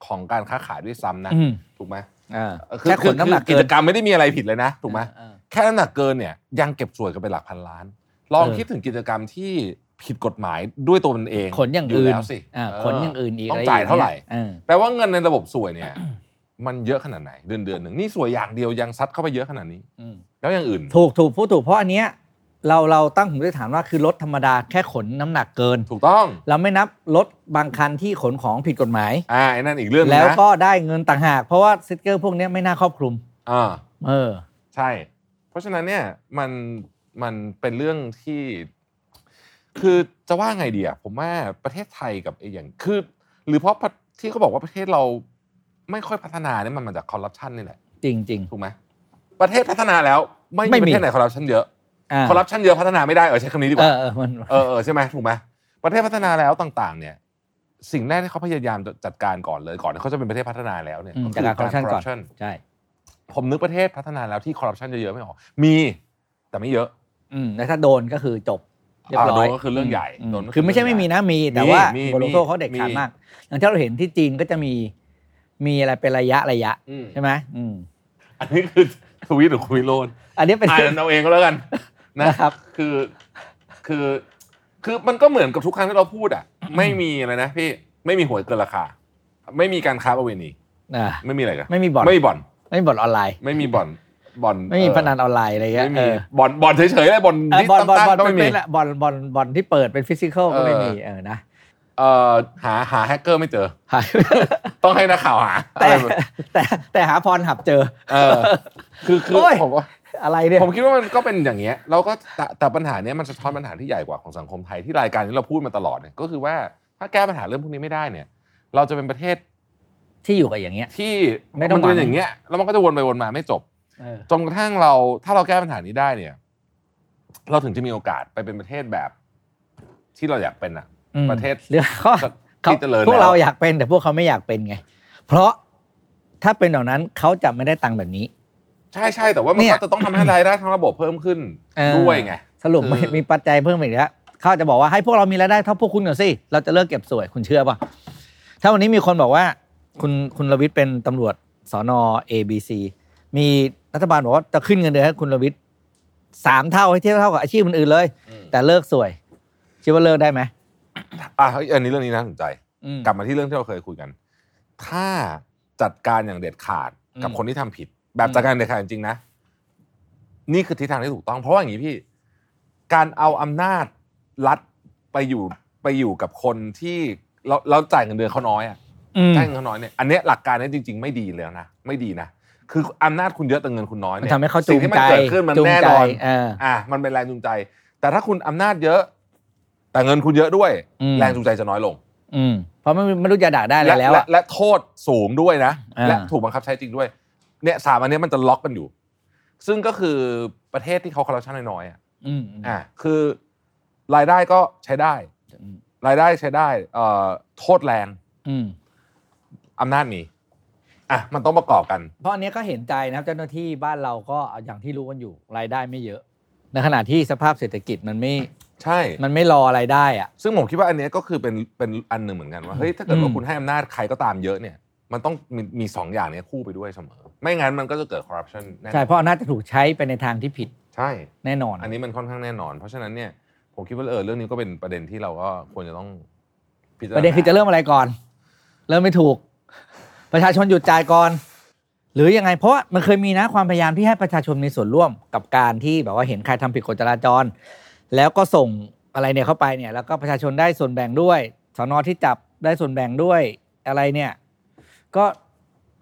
ของการค้าขายด้วยซ้ำนะ อืม ถูกไหม อ่า เออ แค่ขนน้ำหนัก กิ เกิ จ น กรรมไม่ได้มีอะไรผิดเลยนะถูกไหม อ่า แค่น้ำหนักเกินเนี่ยยังเก็บสวยกันไปหลักพันล้าน ลอง เออ คิดถึงกิจกรรมที่ผิดกฎหมายด้วยตัวมันเอง ขนอย่างอื่น แล้วสิ อ่า เ ขนอย่างอื่นอีต้องกะ จ่ายเท่าไหร่ อ่า แปลว่าเงินในระบบสวยเนี่ย มันเยอะขนาดไหนเดือนเดือนหนึ่งนี่สวยอย่างเดียวยังซัดเข้าไปเยอะขนาดนี้ อืม แล้วอย่างอื่น ถูกถูกพูดถูกเพราะอันเนี้ยเราเราตั้งผมด้วยฐานว่าคือรถธรรมดาแค่ขนน้ำหนักเกิน ถูกต้อง เราไม่นับรถบางคันที่ขนของผิดกฎหมาย อ่าไอ้นั่นอีกเรื่องหนึ่ง แล้ว นะ ก็ได้เงินต่างหาก เพราะว่าสติกเกอร์พวกเนี้ยไม่น่าครอบคลุม อ่า เออ ใช่ เพราะฉะนั้นเนี่ยมันมันเป็นเรื่องที่ คือจะว่าไงดีอะผมว่าประเทศไทยกับไอ้อย่างคือ หรือเพราะประที่เขาบอกว่าประเทศเราไม่ค่อยพัฒนาเนี่ยมันมาจากคอร์รัปชันนี่แหละ จริงจริง ถูกไหมประเทศพัฒนาแล้วไม่ ไม่ มีปมีระเทศไหนคอร์รัปชันเยอะ ๆอ่า คอร์รัปชันเยอะพัฒนาไม่ได้เออใช้คำนี้ดีก เอ ว่า อเออมัน เออเออใช่ไหมถูกไหมประเทศพัฒนาแล้วต่าง ๆ เนี่ย สิ่งแรกที่เขาพยายามจะจัดการก่อนเลยก่อนที่เขาจะเป็นประเทศพัฒนาแล้วเนี่ย อืม ก็ จาก คื การคอร์รัปชันก่อน การ corruption ใช่ ผมนึกประเทศพัฒนาแล้วที่คอร์รัปชันเยอะๆไม่ออก มีแต่ไม่เยอะ อืมแล้วถ้าโดนก็คือจบเรียบร้อย าโดนก็คือเรื่องใหญ่ ม โดนก็ คือไม่ใช่ไม่มี เรื่งใหญ่ นะมีแต่ มี ว่า มี บทลงโทษเขาเด็ดขาด มี มากอย่างที่เราเห็นที่จีนก็จะมี มีอะไรเป็นระยะระยะ อืม ใช่ไหมอืม อันนี้คือทวีตหรือคุยโลน อันนี้เป็น อ่านเอาเองก็แล้วกันนะ นะครับ คือคือ คือมันก็เหมือนกับทุกครั้งที่เราพูดอ่ะ ไม่มีอะไรนะพี่ไม่มีหวยเกินราคา ไม่มีการค้าประเวณี อ่า ไม่มีอะไรกัน ไม่มีบอล ไม่มีบ่อน ไม่มีบอลออนไลน์ ไม่มีบ่อนบ่อน ไม่มี เอ่อ พนันออนไลน์อะไรเงี้ย ไม่ เอ มี อบ อลบอลเฉยๆเลยบอล เออ ที่ บอลบอล ตั้ง บอล ๆก็ไม่มี เป็นๆอะบอลบอลบอลที่เปิดเป็นฟิสิกอลก็ไม่ เออ มีเออนะ เอ่อหาหาแฮกเกอร์ไม่เจอ ต้องให้นักข่าวหา แต่ อะไรแบบ แต่แต่หาพรหับเจอ เออคือคือ โอ้ย ผมว่า อะไรเนี่ย ผมคิดว่ามันก็เป็นอย่างเงี้ยเราก็แต่แต่ปัญหาเนี้ยมันสะท้อนปัญหาที่ใหญ่กว่าของสังคมไทยที่รายการนี้เราพูดมาตลอดเนี่ยก็คือว่าถ้าแก้ปัญหาเรื่องพวกนี้ไม่ได้เนี่ย เราจะเป็นประเทศ ที่อยู่กับอย่างเงี้ย ที่ ไม่ต้อง มันจะเป็น หวัง อย่างเงี้ยแล้วมันก็จะวนไปวนมาไม่จบ เออ จนกระทั่งเราถ้าเราแก้ปัญหานี้ได้เนี่ย เราถึงจะมีโอกาสไปเป็นประเทศแบบ ที่เราอยากเป็นอะ อืม ประเทศ เรื่องเขา ที่เจริญแล้ว พวกเราอยากเป็นแต่พวกเขาไม่อยากเป็นไง เพราะถ้าเป็นเหล่านั้นเขาจะไม่ได้ตังค์แบบนี้ ใช่ใช่แต่ว่ามัน เนี่ย ก็จะต้องทำให้รายได้ ทั้งระบบเพิ่มขึ้น เออ ด้วยไง สรุป คือ ไม่มีปัจจัยเพิ่มอีกแล้วเขาจะบอกว่าให้พวกเรามีรายได้เท่าพวกคุณก่อนสิเราจะเลิกเก็บสวยคุณเชื่อป่ะถ้าวันนี้มีคนบอกว่า คุณคุณรวิทย์เป็นตำรวจสอนอ ABC มีรัฐบาลบอกว่าจะขึ้นเงินเดือนให้คุณรวิทย์สามเท่าให้เทียบเท่ากับอาชีพอื่นๆเลย แต่เลิกสวยคิดว่าเลิกได้ไหม อ่ะเฮ้ยอันนี้เรื่องนี้น่าสนใจ อืม กลับมาที่เรื่องที่เราเคยคุยกัน ถ้าจัดการอย่างเด็ดขาดกับ อืม คนที่ทำผิด แบบจัดการอย่างเด็ดขาดจริงๆนะ นี่คือทิศทางที่ถูกต้อง เพราะว่าอย่างนี้พี่ การเอาอำนาจรัฐไปอยู่ไปอยู่กับคนที่เราเราจ่ายเงินเดือนเขาน้อยอะ อืม ใช่เงินน้อยเนี่ยอันเนี้ยหลักการเนี้จริง ๆ ไม่ดีเลยนะไม่ดีนะคืออำนาจคุณเยอะแต่เงินคุณน้อย มัน เนี่ย ทำให้เขาจู สิ่ ง งที่มั ใจ เกิดขึ้นมัน จูง แน่ ใจ นอน เออ อ่ะมันเป็นแรงจูงใจ แต่ถ้าคุณอำนาจเยอะ แต่เงินคุณเยอะด้วย อืม แรงจูงใจจะน้อยลง อืมเพราะไม่ไม่รู้จะด่าได้อะไรแล้ว และ อะ และโทษสูงด้วยนะ อ่า และถูกบังคับใช้จริงด้วยเนี่ยสามอันเนี้ยมันจะล็อกกันอยู่ ซึ่งก็คือประเทศที่เขาคอร์รัปชันน้อยๆอ่ะ อืม อ่ะคือรายได้ก็ใช้ได้ รายได้ใช้ได้เอ่อโทษแรง อืม อำนาจมีอ่ะมันต้องประกอบกัน เพราะอันเนี้ยก็เห็นใจนะครับเจ้าหน้าที่บ้านเราก็เอาอย่างที่รู้กันอยู่รายได้ไม่เยอะ ในขณะที่สภาพเศรษฐกิจมันไม่ ใช่ มันไม่รอรายได้อ่ะ ซึ่งผมคิดว่าอันเนี้ยก็คือเป็นเป็นอันหนึ่งเหมือนกันว่าเฮ้ยถ้าเกิด อื ว่าม คุณให้อำนาจใครก็ตามเยอะเนี่ย มันต้องมีมีสองอย่างเนี้ยคู่ไปด้วยเสมอ ไม่งั้นมันก็จะเกิดคอร์รัปชันแน่นอน ใช่เพราะน่าจะถูกใช้ไปในทางที่ผิด ใช่ แน่นอน อันนี้มันค่อนข้างแน่นอน เพราะฉะนั้นเนี่ยผมคิดว่าเออเรื่องนี้ก็เป็นประเด็นที่เราก็ควรจะต้องพิจารณา ประเด็นคือจะเริ่มอะไรก่อน เริ่มไม่ถูก ประชาชนหยุดจ่ายก่อน หรือยังไงเพราะว่ามันเคยมีนะความพยายามที่ให้ประชาชนมีส่วนร่วมกับการที่แบบว่าเห็นใครทำผิดกฎจราจร แล้วก็ส่งอะไรเนี่ยเข้าไปเนี่ย แล้วก็ประชาชนได้ส่วนแบ่งด้วยสนที่จับได้ส่วนแบ่งด้วยอะไรเนี่ย ก็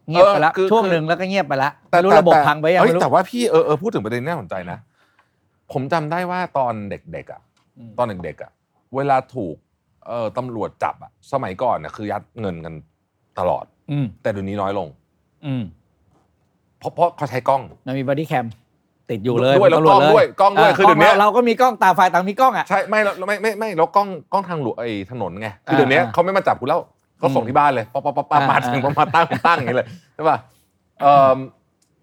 เงียบไปละ ออคือ ช่วงหนึ่ง คือ แล้วก็เงียบไปละ แต่ ไม่รู้ แต่ ระบบ แต่ พังไปยัง เอ้ ไม่รู้ แต่ว่าพี่เออเออพูดถึงประเด็นน่าสนใจนะ ผมจำได้ว่าตอนเด็กๆอ่ะ ตอนเด็กๆอ่ะเวลาถูกเออตำรวจจับอ่ะสมัยก่อนน่ะคือยัดเงินกันตลอด อืม แต่เดี๋ยวนี้น้อยลง อืม เพราะเพราะเขาใช้กล้อง มันมีบอดี้แคมติดอยู่เลย ด้วยแล้ว ตำรจ กล้องด้วยกล้องด้วย เ คือเดี๋ยวเนี้ย ราเราก็มีกล้องต่างฝ่ายต่างมีกล้องอ่ะ ใช่ไม่แล้วไม่ไม่ไม่แล้วกล้องกล้องทางหลวงไอ้ถนนไงคือเดี๋ยวนี้ อ่า เขาไม่มาจับคุณแล้วเขาส่ง อืม ที่บ้านเลยป๊อปป๊อปป๊อปป๊อป อ่า มาถึง อ่า ป๊อปมาตั้งตั้งอย่างนี้เลยใช่ป่ะเอ่อ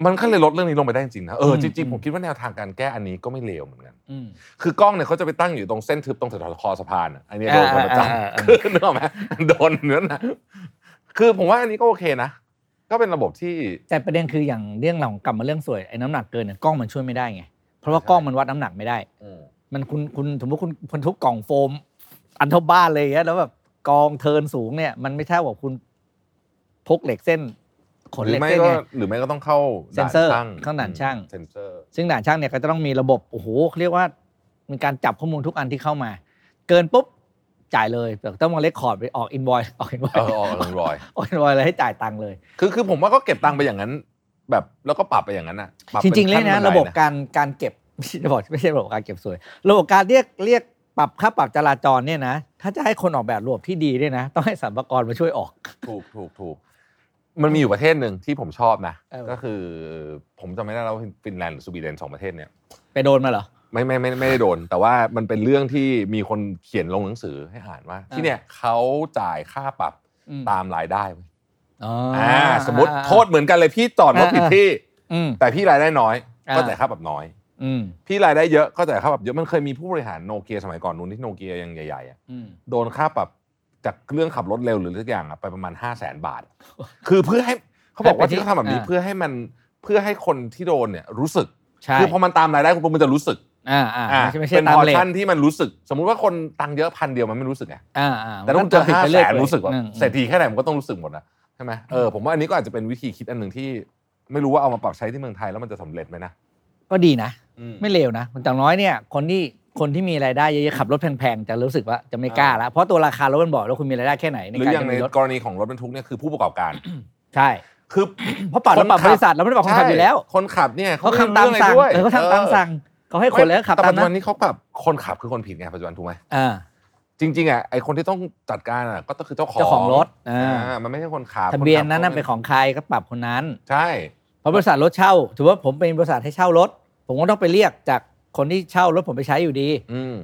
มันก็เลยลดเรื่องนี้ลงไปได้จริงๆนะเอออ ม จริง อื ๆ ม ผมคิดว่าแนวทางการแก้อันนี้ก็ไม่เลวเหมือนกัน อืม คือกล้องเนี่ยเขาจะไปตั้งอยู่ตรงเส้นทึบตรงแถวๆคอสะพานอ่ะอันนี้โดนกันประจ อ่าอ่าอ่า ำคือนึกออกไหม โดนเนื้อนะคือผมว่าอันนี้ก็โอเคนะ ก็เป็นระบบที่ แต่ประเด็นคืออย่างเรื่องเรากลับมาเรื่องสวยไอ้น้ำหนักเกินเนี่ยกล้องมันช่วยไม่ได้ไงเพราะว่า ใช่ กล้องมันวัดน้ำหนักไม่ได้ มันคุณคุณสมมติคุณคุณทุบกล่องโฟม อันเท่าบ้านเลยอย่างเงี้ยแล้วแบบกองเทิร์นสูงเนี่ย มันไม่เท่ากับคุณพกเหล็กเส้น ขน ห เห รื ล็ อก ไม่ เส้น ก็ เนี่ย หรือไม่ก็ต้องเข้า เซ็นเซอร์ ด่ช่ เข้าด่านช่าง เซ็นเซอร์ ซึ่งด่านช่างเนี่ยก็จะต้องมีระบบโอ้โหเรียกว่ามีการจับข้อมูลทุกอันที่เข้ามา เกินปุ๊บจ่ายเลยแต่ต้องมาเลคคอร์ดไปออกอินบอยออกอินบอย เออออกหนึ่งร้อย ออกอินบอยเลยให้จ่ายตังค์เลย คือคือผมว่าก็เก็บตังค์ไปอย่างนั้น แบบแล้วก็ปรับไปอย่างนั้นอ่ะปบ จ ป็ ริงๆ เล ขั้ ยนะ บัได ระบบการการเก็บ ไม่ใช่ระบบไม่ใช่ระบบการเก็บสวย ระบบการเรียกเรียกปรับค่าปรับจราจรเนี่ยนะ ถ้าจะให้คนออกแบบระบบที่ดีเนี่ยนะ ต้องให้สรรพากรมาช่วยออก ถูกถูกถูกมันมีอยู่ประเทศหนึ่งที่ผมชอบนะ เออ ก็คือผมจำไม่ได้แล้วว่าฟินแลนด์หรือสวีเดนสองประเทศเนี่ย ไปโดนมาเหรอ ไม่ไม่ไม่ไม่ได้โดน แต่ว่ามันเป็นเรื่องที่มีคนเขียนลงหนังสือให้อ่านว่า ที่เนี่ยเขาจ่ายค่าปรับ อืม ตามรายได้เว้ย อ๋ออ่ อ่าสมมติโทษเหมือนกันเลยพี่จอดรถผิดที่ อืม แต่พี่รายได้น้อย อ่า ก็จ่ายค่าปรับน้อย อืม พี่รายได้เยอะก็จ่ายค่าปรับเยอะมันเคยมีผู้บริหารโนเกียสมัยก่อนนู้นที่โนเกียยังใหญ่ๆอะ อืม โดนค่าปรับจากเรื่องขับรถเร็วหรือทุกอย่างอะไปประมาณ 5 0 0แสนบาท คือเพื่อให้เขาบอกว่าที่เขาทำแบบนี้เพื่อให้มันเพื่อให้คนที่โดนเนี่ยรู้สึก ใช่ คือพอมันตามรายได้คุณปุ๊บมันจะรู้สึก อ่าอ่า อ่า ไม่ใช่ไม่ใช่ เป็น ตาม พอร์ เลท ชั่นที่มันรู้สึก สมมุติว่าคนตังค์เยอะพันเดียวมันไม่รู้สึกไง อ่าอ่า แต่ต้องเจอ ผิด ห้า ไป แส เอย น เลย รู้สึกว่า อืม เศรษฐีแค่ไหนมันก็ต้องรู้สึกหมดนะใช่ไหมเออผมว่าอันนี้ก็อาจจะเป็นวิธีคิดอันหนึ่งที่ ไม่รู้ว่าเอามาปรับใช้ที่เมืองไทยแล้วมันจะสำเร็จไหมนะ ก็ดีนะ อืม ไม่เลวนะอย่างน้อยเนี่ย คนที่คนที่มีรายได้เยอะๆขับรถแพงๆจะรู้สึกว่าจะไม่กล้าละเพราะตัวราคารถมันบอกแล้วคุณมีรายได้แค่ไหนใน หรือ การ อย่าง จะ ใน มีรถ กรณีของรถบรรทุกเนี่ยคือผู้ประกอบการ ใช่ คือ เพราะปรับเราปรับบริษัทเราไม่ได้ปรับคนขับอยู่แล้ว ใช่คนขับเนี่ย เขา ไม่ ทำตาม รู้ สั่ง เรื่องอะไรด้วย เออเขาทำตามสั่งเขาให้คนแล้วขับ แต่ ตา ปั ม จจุบั นั้น น นี้เขาแบบคนขับคือคนผิดไงปัจจุบันถูกไหม อ่า จริงๆอ่ะไอคนที่ต้องจัดการอ่ะก็คือเจ้าของ เจ้าของรถอ่า อ่ามันไม่ใช่คนขับ ทะเบียนนั้น ค น่ะ ขับ เป็นของใครก็ปรับคนนั้น ใช่ เพราะบริษัทรถเช่า ถือว่าผมเป็นบริษัทให้เช่ารถ ผมก็ต้องไปเรียกจากคนที่เช่ารถผมไปใช้อยู่ดี อืม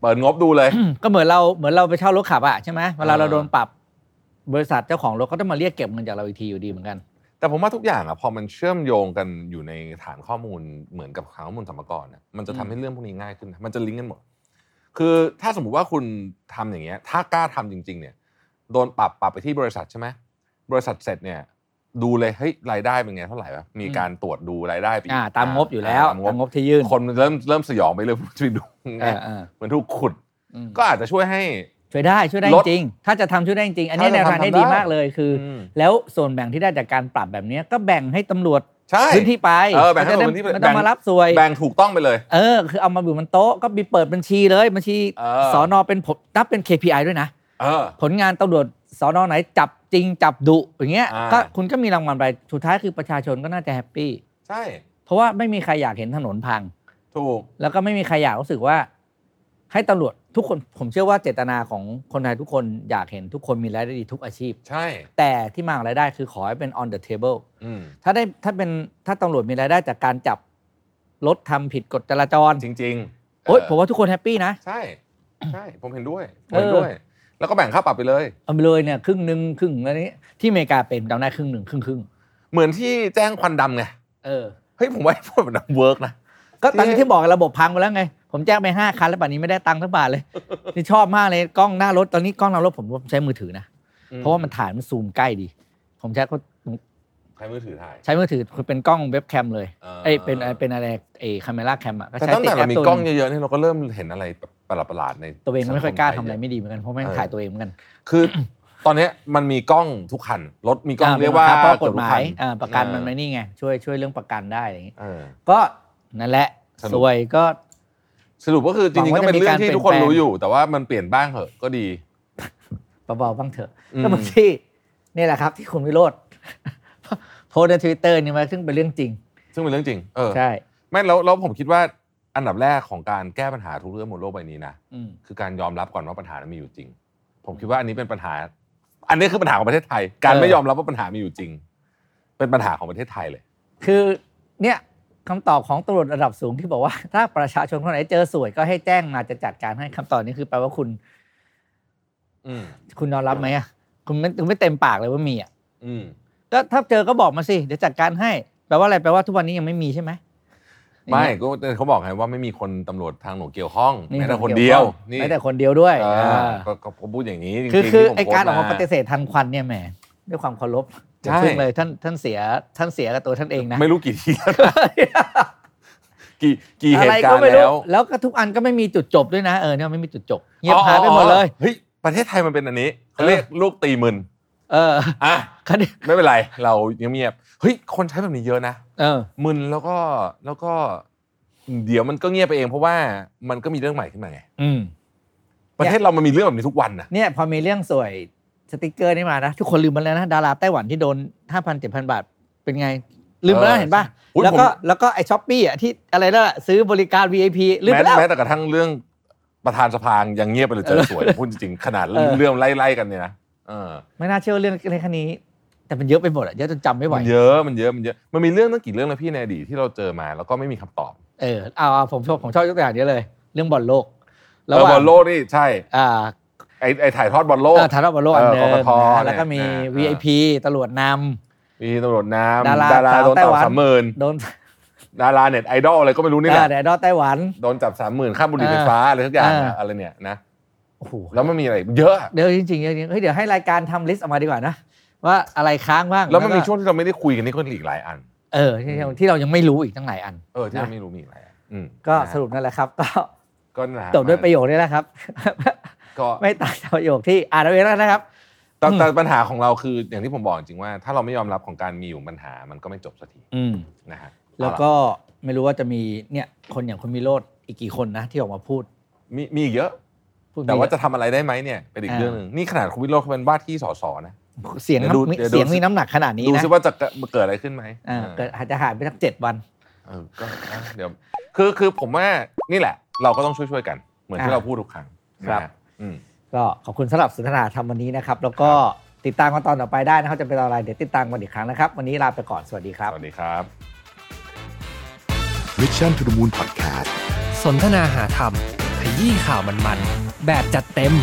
เปิดงบดูเลย ก็เหมือนเราเหมือนเราไปเช่ารถขับอะใช่ไหมเวลาเรา อ่า โดนปรับบริษัทเจ้าของรถก็ต้องมาเรียกเก็บเงินจากเราอีกทีอยู่ดีเหมือนกัน แต่ผมว่าทุกอย่างอ่ะพอมันเชื่อมโยงกันอยู่ในฐานข้อมูลเหมือนกับฐานข้อมูลสมรพากรน่ะมันจะทำให้เรื่องพวกนี้ง่ายขึ้น มันจะลิงก์กันหมด คือถ้าสมมุติว่าคุณทำอย่างเงี้ย ถ้ากล้าทำจริง ๆ เนี่ย โดนปรับปรับไปที่บริษัทใช่ไหมบริษัทเสร็จเนี่ย ดูเลยเฮ้ยรายได้เป็นไงเท่าไหร่วะมีการตรวจดูรายได้ไปอีก อ่า ตามงบอยู่แล้ว ตามง ตา บ มงบที่ยื่น คนเริ่มเริ่มสยองไปเรื่อยไปดู เออเออ เหมือนถูกขุด อืม ก็อาจจะช่วยให้ ช ช่วยได้ช่วยได้ ลด จริงถ้าจะทำช่วยได้จริงอันนี้แนวทาถ้าจะงทำ ที่ดี ทำได้ มากเลยคืออ ม แล้วส่วนแบ่งที่ได้จากการปรับแบบเนี้ยก็แบ่งให้ตำรวจ ใช่ พื้นที่ไป เออแบ่งให้ จะตำรวจพื้ได้นที่ไป ไม่ต้อง แบ่ มาง รับสวย แบ่งถูกต้องไปเลย เออ คือเอามาอยู่บนโต๊ะก็มีเปิดบัญชีเลย บัญชี เออ สอนอเป็นผลนับเป็น KPI ด้วยนะ เออ ผลงานตำรวจสอนอไหนจับจริงจับดุอย่างเงี้ย อ่า ก็คุณก็มีรางวัลไปสุดท้ายคือประชาชนก็น่าจะแฮปปี้ ใช่ เพราะว่าไม่มีใครอยากเห็นถนนพัง ถูก แล้วก็ไม่มีใครอยากรู้สึกว่า ให้ตำรวจทุกคนผมเชื่อว่าเจตนาของคนไทยทุกคนอยากเห็นทุกคนมีรายได้ดีทุกอาชีพ ใช่ แต่ที่มาของรายได้คือขอให้เป็น on the table อืม ถ้าได้ถ้าเป็นถ้าตำรวจมีรายได้จากการจับรถทำผิดกฎจราจร จริงๆ โอ๊ย เอ ผมว่าทุกคนแฮปปี้นะ ใช่ ใช่ ผมเห็นด้วย ผม เออ เห็นด้วย แล้วก็แบ่งค่าปรับไปเลย เอาไปเลยเนี่ยครึ่งหนึ่งครึ่งอะไรนี้ที่อเมริกาเป็นจำได้ครึ่งหนึ่งครึ่งครึ่ง เหมือนที่แจ้งควันดำไง เออ เฮ้ย ผมว่าไอ้พวกแบบนั้นเวิร์กนะ ก็ตอนนี้ที่บอกระบบพังไปแล้วไง ผมแจ้งไปห้าคันแล้วป่านนี้ไม่ได้ตังค์สักบาทเลย นี่ชอบมากเลยกล้องหน้ารถตอนนี้กล้องหน้ารถผมผมใช้มือถือนะ เพราะว่ามันถ่ายมันซูมใกล้ดี ผมใช้ก็ ใช้มือถือถ่าย ใช้มือถือคือเป็นกล้องเว็บแคมเลย า เอ้ยเป็นเป็นอะไรเอ้คาเมล่าแคมอ่ะก็ แต่ ใช้ ตั้ง ติด แต่ แอ เรา ป มี ตัว กล้องเยอะๆเนี่ยเราก็เริ่มเห็นอะไรประหลาดๆใน ตัวเองก็ไม่ค่อย สัง กล้าททำย อะไร เย ไม่ดีเหมือนกันเพราะแม่ง เออ ถ่ายตัวเองเหมือนกัน คือ ตอนเนี้ยมันมีกล้องทุกคัน รถมีกล้อง อ่ เรียกว่า ป็นบังคับเพราะกฎเอบหทุ มา คั ยอ่าประกันมันไม่นี่ไงช่วยช่วยเรื่องประกันได้อะไรอย่างงี้ เออ ก็นั่นแหละ สนุก สวยก็ สรุปก็คือจริงๆก็เป็นเรื่องที่ทุกคนรู้อยู่ แต่ว่ามันเปลี่ยนบ้างเหอะก็ดี เบาๆบ้างเถอะ อืม ก็บางที่นี่แหละครับที่คุณวิโรธ โพสต์ในทวิตเตอร์นี่มาซึ่งเป็นเรื่องจริง ซึ่งเป็นเรื่องจริง เออ ใช่ ไม่แล้วแล้วผมคิดว่าอันดับแรกของการแก้ปัญหาทุกเรื่องบนโลกใบนี้นะ อืม คือการยอมรับก่อนว่าปัญหานั้นมีอยู่จริง ผมคิดว่าอันนี้เป็นปัญหา อันนี้คือปัญหาของประเทศไทย การไม่ยอมรับว่าปัญหามีอยู่จริง เป็นปัญหาของประเทศไทยเลย คือเนี่ยคำตอบของตำรวจระดับสูงที่บอกว่า ถ้าประชาชนคนไหนเจอสวยก็ให้แจ้งมาจะจัดการให้คำตอบนี้คือแปลว่าคุณ อืม คุณยอมรับไหมอ่ะคุณไม่คุณไม่เต็มปากเลยว่ามีอ่ะ อืม ก็ถ้าเจอก็บอกมาสิเดี๋ยวจัดการให้แปลว่าอะไรแปลว่าทุกวันนี้ยังไม่มีใช่ไหม ไม่ก็เขาบอกไงว่าไม่มีคนตำรวจทางหนูเกี่ยวข้อง นี่ แม้แต่คนเดียวนี่ ไม่แต่คนเดียวด้วย อ่า อ่า ก็ก็ก็พูดอย่างนี้จริงๆ คือคือ ที่ผม ไอการออกมา โพสต์ ปฏิเสธทันควันเนี่ยแหมด้วยความเคารพอย่า ใช่ พึ่งเลยท่านท่านเสียท่านเสียกับตัวท่านเองนะ ไม่รู้กี่ทีแล้ว นะกี่กี่เห อะไร ตุกา ก็ รณ์ ไม่รู้ แล้ว แล้วก็ทุกอันก็ไม่มีจุดจบด้วยนะเออเนี่ยไม่มีจุดจบเงียบ อ๋อ หายไปหมดเลย เฮ้ยประเทศไทยมันเป็นอันนี้เขาเรียกลูกตีมึน เออ อ่ะ คันนี้ ไม่เป็นไร เรายังเงียบเฮ้ย คนใช้แบบนี้เยอะนะ เออ มึนแล้วก็แล้วก็ เดี๋ยวมันก็เงียบไปเอง เพราะว่ามันก็มีเรื่องใหม่ขึ้นมาไง อืม ประเทศเรามันมีเรื่องแบบนี้ทุกวันนะ เนี่ยพอมีเรื่องสวยสติกเกอร์นี่มานะ ทุกคนลืมไปแล้วนะ ดาราไต้หวันที่โดน 5 0 0 0 7,000 บาท เป็นไง ลืมไปแล้วเห็นป่ะ อุ๊ย แล้วก็ ผม แล้วก็ไอช้อปปี้อ่ะที่อะไรนั่นอะซื้อบริการ VIP ลืมไป แม้ แล้ว แม้แต่กระทั่งเรื่องประธานสภายังเงียบไปเลยเจอสวยพูดจริงๆขนาด เออ เรื่องไล่ๆกันเนี่ยนะเออ ไม่น่าเชื่อว่าเรื่องในแค่นี้ แต่มันเยอะไปหมดอะเยอะจนจำไม่ไหว มันเยอะมันเยอะมันเยอะมันมีเรื่องตั้งกี่เรื่องนะพี่ในอดีตที่เราเจอมาแล้วก็ไม่มีคำตอบ เออเอาเอาผมชอบผมชอบยกตัวอย่างนี้เลย เรื่องบอลโลก เออบอลโลกนี่ใช่ อ่า ไอไอถ่ายทอดบอลโลก เอ่อฐานรบบอลโลกอันเดิ เออ ม กกต นะ เนี่ย แล้วก็มี อ่า VIP ตำรวจน มีตำรวจน้ำ ดารา โดน สาวไต้ จับหวัน สามหมื่น ำโดน ดาราเน็ตไอดอลอะไรก็ไม่รู้นี่แห อ่า ละ แดดอลไต้หวัน โดนจับสามหมื่นค่าบุหรี่ เออ ไฟฟ้าอะไรทุกอย่าง เออ นะ อ อะไรเนี่ยนะ โอ้โห แล้วมันมีอะไรเยอะ เดี๋ยวจริงๆเดี๋ยวจริงๆเฮ้ยเดี๋ยวให้รายการทำลิสต์ออกมาดีกว่านะ ว่าอะไรค้างบ้าง แล้วมันมี ก็ ช่วงที่เราไม่ได้คุยกันนี่ก็อีกหลายอัน เออที่ที่ที่เรายังไม่รู้อีกตั้งหลายอัน เออที่เรา นะ ไม่รู้มีอีกหลายอันอืม ก็ นะ สรุปนั่นแหละครับ ก็ ก็นั่นแหละ จบด้วยประโยคนี้แหละครับ ก็ ไม่ต่างจากประโยคที่อ่านเอาเองแล้วนะครับ แต่ อืม แต่ปัญหาของเราคืออย่างที่ผมบอกจริงๆว่า ถ้าเราไม่ยอมรับของการมีอยู่ปัญหามันก็ไม่จบสักที อืม นะฮะ แล้วก็ไม่รู้ว่าจะมีเนี่ยคนอย่างคุณมิโรธอีกกี่คนนะที่ออกมาพูด มีมีอีกเยอะ พูดไม่ แต่ว่า เยอะ จะทำอะไรได้ไหมเนี่ยเป็นอีก อ่า เรื่องหนึงนี่ขนาดคุณวิโรจน์เขาเป็นว่าที่สสนะ เสียง เดี๋ยวดู น้ำมี เดี๋ยวดู เสียงมีน้ำหนักขนาดนี้ ดู นะ ซิว่าจะเกิดเกิดอะไรขึ้นไหม อ่า เออ เกิดอาจจะหายไปสักเจ็ดวัน เออก็อ่ะเดี๋ยวคือคือผมว่านี่แหละ เราก็ต้องช่วยช่วยๆกัน เหมือนที่ อ่ะ เราพูดทุกครั้ง ครับ นะฮะอืม ก็ขอบคุณสำหรับสนทนาธรรมวันนี้นะครับ แล้วก็ติดตามกันตอนต่อไปได้นะครับจะเป็นอะไรเดี๋ยวติดตามกันอีกครั้งนะครับ วันนี้ลาไปก่อนสวัสดีครับ สวัสดีครับ Mission to the Moon Podcast สนทนาหาธรรมขยี้ข่าวมันๆ แบบจัดเต็ม